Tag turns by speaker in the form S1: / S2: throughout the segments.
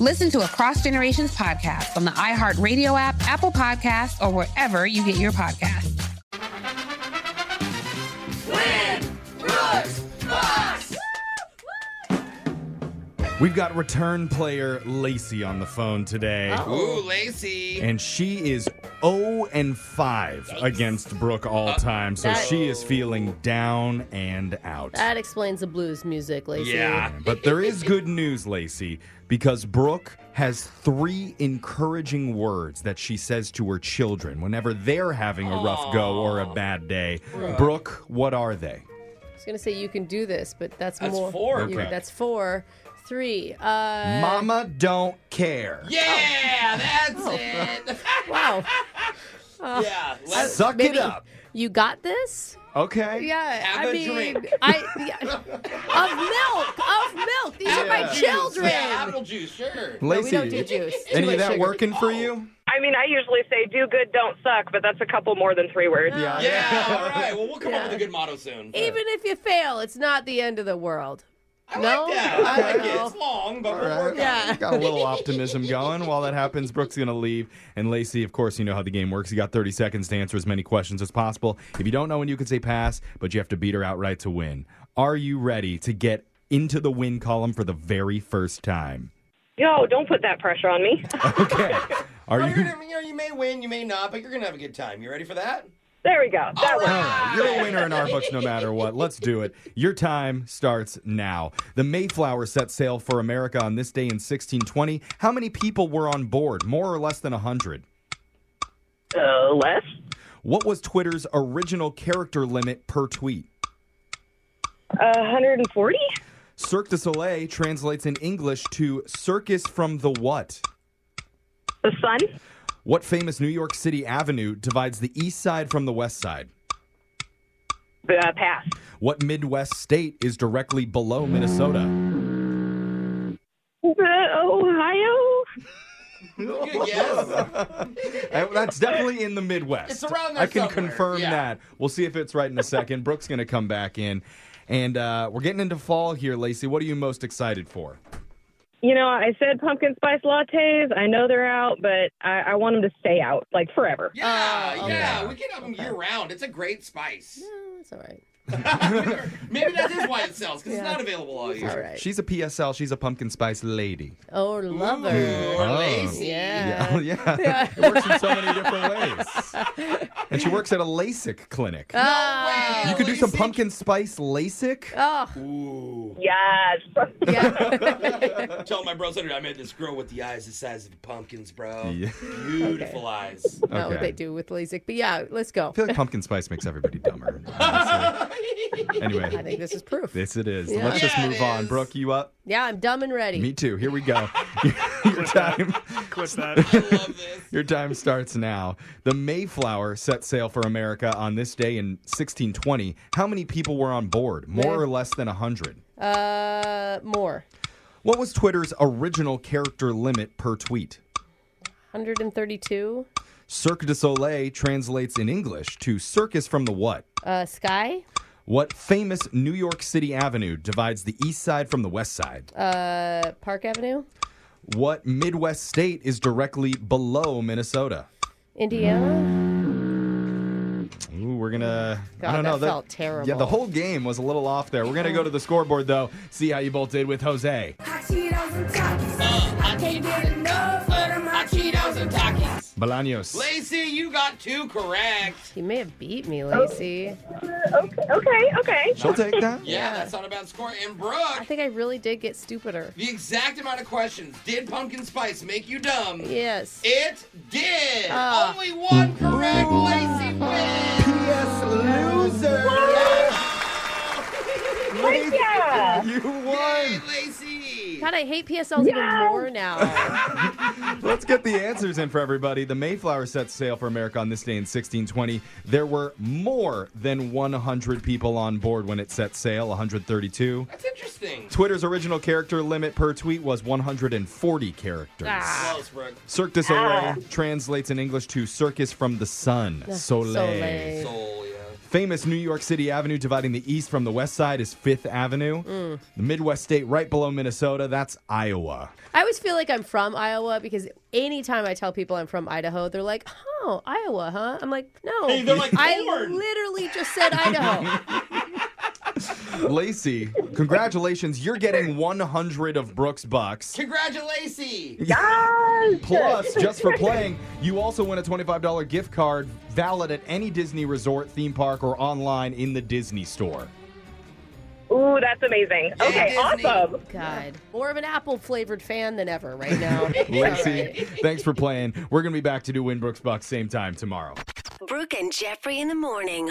S1: Listen to Across Generations podcast on the iHeartRadio app, Apple Podcasts, or wherever you get your podcasts.
S2: We've got return player Lacey on the phone today.
S3: Oh.
S2: Ooh, Lacey. And she is 0 and 5 against Brooke all time. So
S3: Uh, that-
S2: she is feeling down and out.
S3: That explains the blues music, Lacey.
S2: Yeah, but there is good news, Lacey, because Brooke has three encouraging words that she says to her children whenever they're having a rough go or a bad day. Brooke, what are they?
S3: I was gonna say you can do this, but that's, more.
S4: four.
S3: you-
S2: Okay.
S3: That's four. Three. Uh,
S2: Mama don't care.
S4: Yeah, that's it.
S3: wow.
S4: yeah. Let's
S2: Suck
S3: Maybe
S2: it up.
S3: You got this?
S2: Okay.
S3: Yeah.
S4: Have
S3: I
S4: a
S3: mean,
S4: drink.
S3: I yeah. of milk. Of milk. These are my
S2: Yeah.
S3: children.
S4: Yeah, apple juice, sure.
S3: No,
S2: Lacey,
S3: we don't do juice. Too
S2: Any
S3: much
S2: of that
S3: sugar.
S2: working for you?
S5: I mean, I usually say do good, don't suck, but that's a couple more than three words.
S2: Yeah.
S4: Oh. Yeah, all right. Well, we'll come up with a good motto soon.
S3: Even if you fail, it's not the end of the world.
S4: I
S3: no?
S4: like that. I like
S3: Okay.
S4: it. It's long, but we'll work on
S3: Yeah.
S2: Got a little optimism going. While that happens, Brooke's going to leave. And Lacey, of course, you know how the game works. You got 30 seconds to answer as many questions as possible. If you don't know when you can say pass, but you have to beat her outright to win. Are you ready to get into the win column for the very first time?
S5: Yo, don't put that pressure on me.
S2: Okay.
S4: it.
S2: Are
S4: You're
S2: you
S4: gonna- You, know, you may win, you may not, but you're going to have a good time. You ready for that?
S5: There we go. That
S2: All
S5: was
S2: right, you're a winner in our books no matter what. Let's do it. Your time starts now. The Mayflower set sail for America on this day in 1620. How many people were on board? More or less than 100?
S5: uh, less.
S2: What was Twitter's original character limit per tweet?
S5: Uh, 140?
S2: Cirque du Soleil translates in English to circus from the what?
S5: The sun?
S2: What famous New York City avenue divides the east side from the west side?
S5: Uh, pass.
S2: What Midwest state is directly below Minnesota?
S5: Uh, Ohio?
S4: Good guess.
S2: Uh, That's definitely in the Midwest.
S4: It's around there
S2: I can
S4: somewhere,
S2: confirm
S4: yeah.
S2: that. We'll see if it's right in a second. Brooke's going to come back in. And uh, we're getting into fall here, Lacey. What are you most excited for?
S5: You know, I said pumpkin spice lattes. I know they're out, but I, I want them to stay out, like, forever. Uh,
S4: Yeah, Oh, yeah.
S2: okay.
S4: We get them year round. It's a great spice.
S3: Oh, it's all right.
S4: Maybe that is why it sells, because it's
S3: Yeah.
S4: not available all year.
S3: All right.
S2: She's a PSL. She's a pumpkin spice lady.
S3: Oh, lover.
S4: Ooh, or
S2: Oh.
S4: Lacey.
S3: Yeah.
S2: Oh, yeah. it works in so many different ways. And she works at a LASIK clinic.
S3: Oh.
S2: you could do some pumpkin spice LASIK.
S3: Oh.
S5: Yes.
S4: Told my bro Saturday I met this girl with the eyes the size of pumpkins, bro.
S2: Yeah.
S4: Beautiful eyes.
S3: Not what they do with LASIK. But yeah, let's go.
S2: I feel like pumpkin spice makes everybody dumber. Anyway.
S3: I think this is proof.
S2: Yes, it is.
S3: Yeah.
S2: Let's just
S3: Yeah, it
S2: move on. Brooke, you up?
S3: Yeah, I'm dumb and ready.
S2: Me too. Here we go. Your time.
S6: Clip that.
S2: Your time starts now. The Mayflower set sail for America on this day in 1620. How many people were on board? More or less than 100?
S3: Uh, more.
S2: What was Twitter's original character limit per tweet?
S3: 132.
S2: Cirque du Soleil translates in English to circus from the what?
S3: Uh, Sky.
S2: What famous New York City avenue divides the east side from the west side?
S3: Uh, Park Avenue.
S2: What Midwest state is directly below Minnesota?
S3: Indiana.
S2: Ooh, we're gonna. I
S3: God,
S2: don't know.
S3: that felt terrible.
S2: Yeah, the whole game was a little off there. We're gonna go to the scoreboard though. See how you both did with Jose.
S4: I can't get enough of them hot Cheetos and Takis.
S2: Bolaños.
S4: Lacey, you got two correct.
S3: You may have beat me, Lacey.
S5: Okay, okay, okay.
S2: She'll take that.
S4: Yeah, that's not a bad score. And Brooke,
S3: I think I really did get stupider.
S4: the exact amount of questions. Did pumpkin spice make you dumb?
S3: Yes.
S4: It did.
S3: Ah.
S4: Only one correct. Lacey wins.
S2: Yes, loser.
S5: Thank ya.
S2: You won.
S4: Lacey.
S3: God, I hate PSLs even more now.
S2: Let's get the answers in for everybody. The Mayflower set sail for America on this day in 1620. There were more than 100 people on board when it set sail, 132.
S4: That's interesting.
S2: Twitter's original character limit per tweet was 140 characters.
S4: Close, Brooke.
S2: Cirque du Soleil translates in English to circus from the sun. Soleil.
S3: Soleil.
S4: Soul, yeah.
S2: Famous New York City Avenue dividing the east from the west side is Fifth Avenue. The Midwest state right below Minnesota, that's Iowa.
S3: I always feel like I'm from Iowa because anytime I tell people I'm from Idaho, they're like, "Oh, Iowa, huh?" I'm like, "No,
S4: Hey, they're like
S3: I
S4: corn.
S3: literally just said Idaho."
S2: Lacey, congratulations. You're getting 100 of Brooks Bucks.
S4: Congratulations!
S5: Yes.
S2: Plus, just for playing, you also win a $25 gift card valid at any Disney resort, theme park, or online in the Disney store.
S5: Ooh, that's amazing. Okay,
S4: Disney.
S5: awesome.
S3: God, more of an apple flavored fan than ever right now. It's all right.
S2: Lacey, thanks for playing. We're going to be back to do Win Brooks Bucks same time tomorrow.
S7: Brooke and Jeffrey in the morning.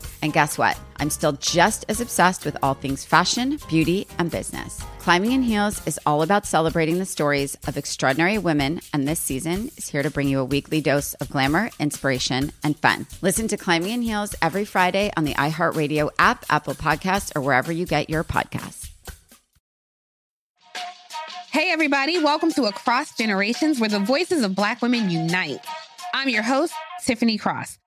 S8: And guess what? I'm still just as obsessed with all things fashion, beauty, and business. Climbing in Heels is all about celebrating the stories of extraordinary women, and this season is here to bring you a weekly dose of glamour, inspiration, and fun. Listen to Climbing in Heels every Friday on the iHeartRadio app, Apple Podcasts, or wherever you get your podcasts.
S1: Hey, everybody, welcome to Across Generations, where the voices of Black women unite. I'm your host, Tiffany Cross.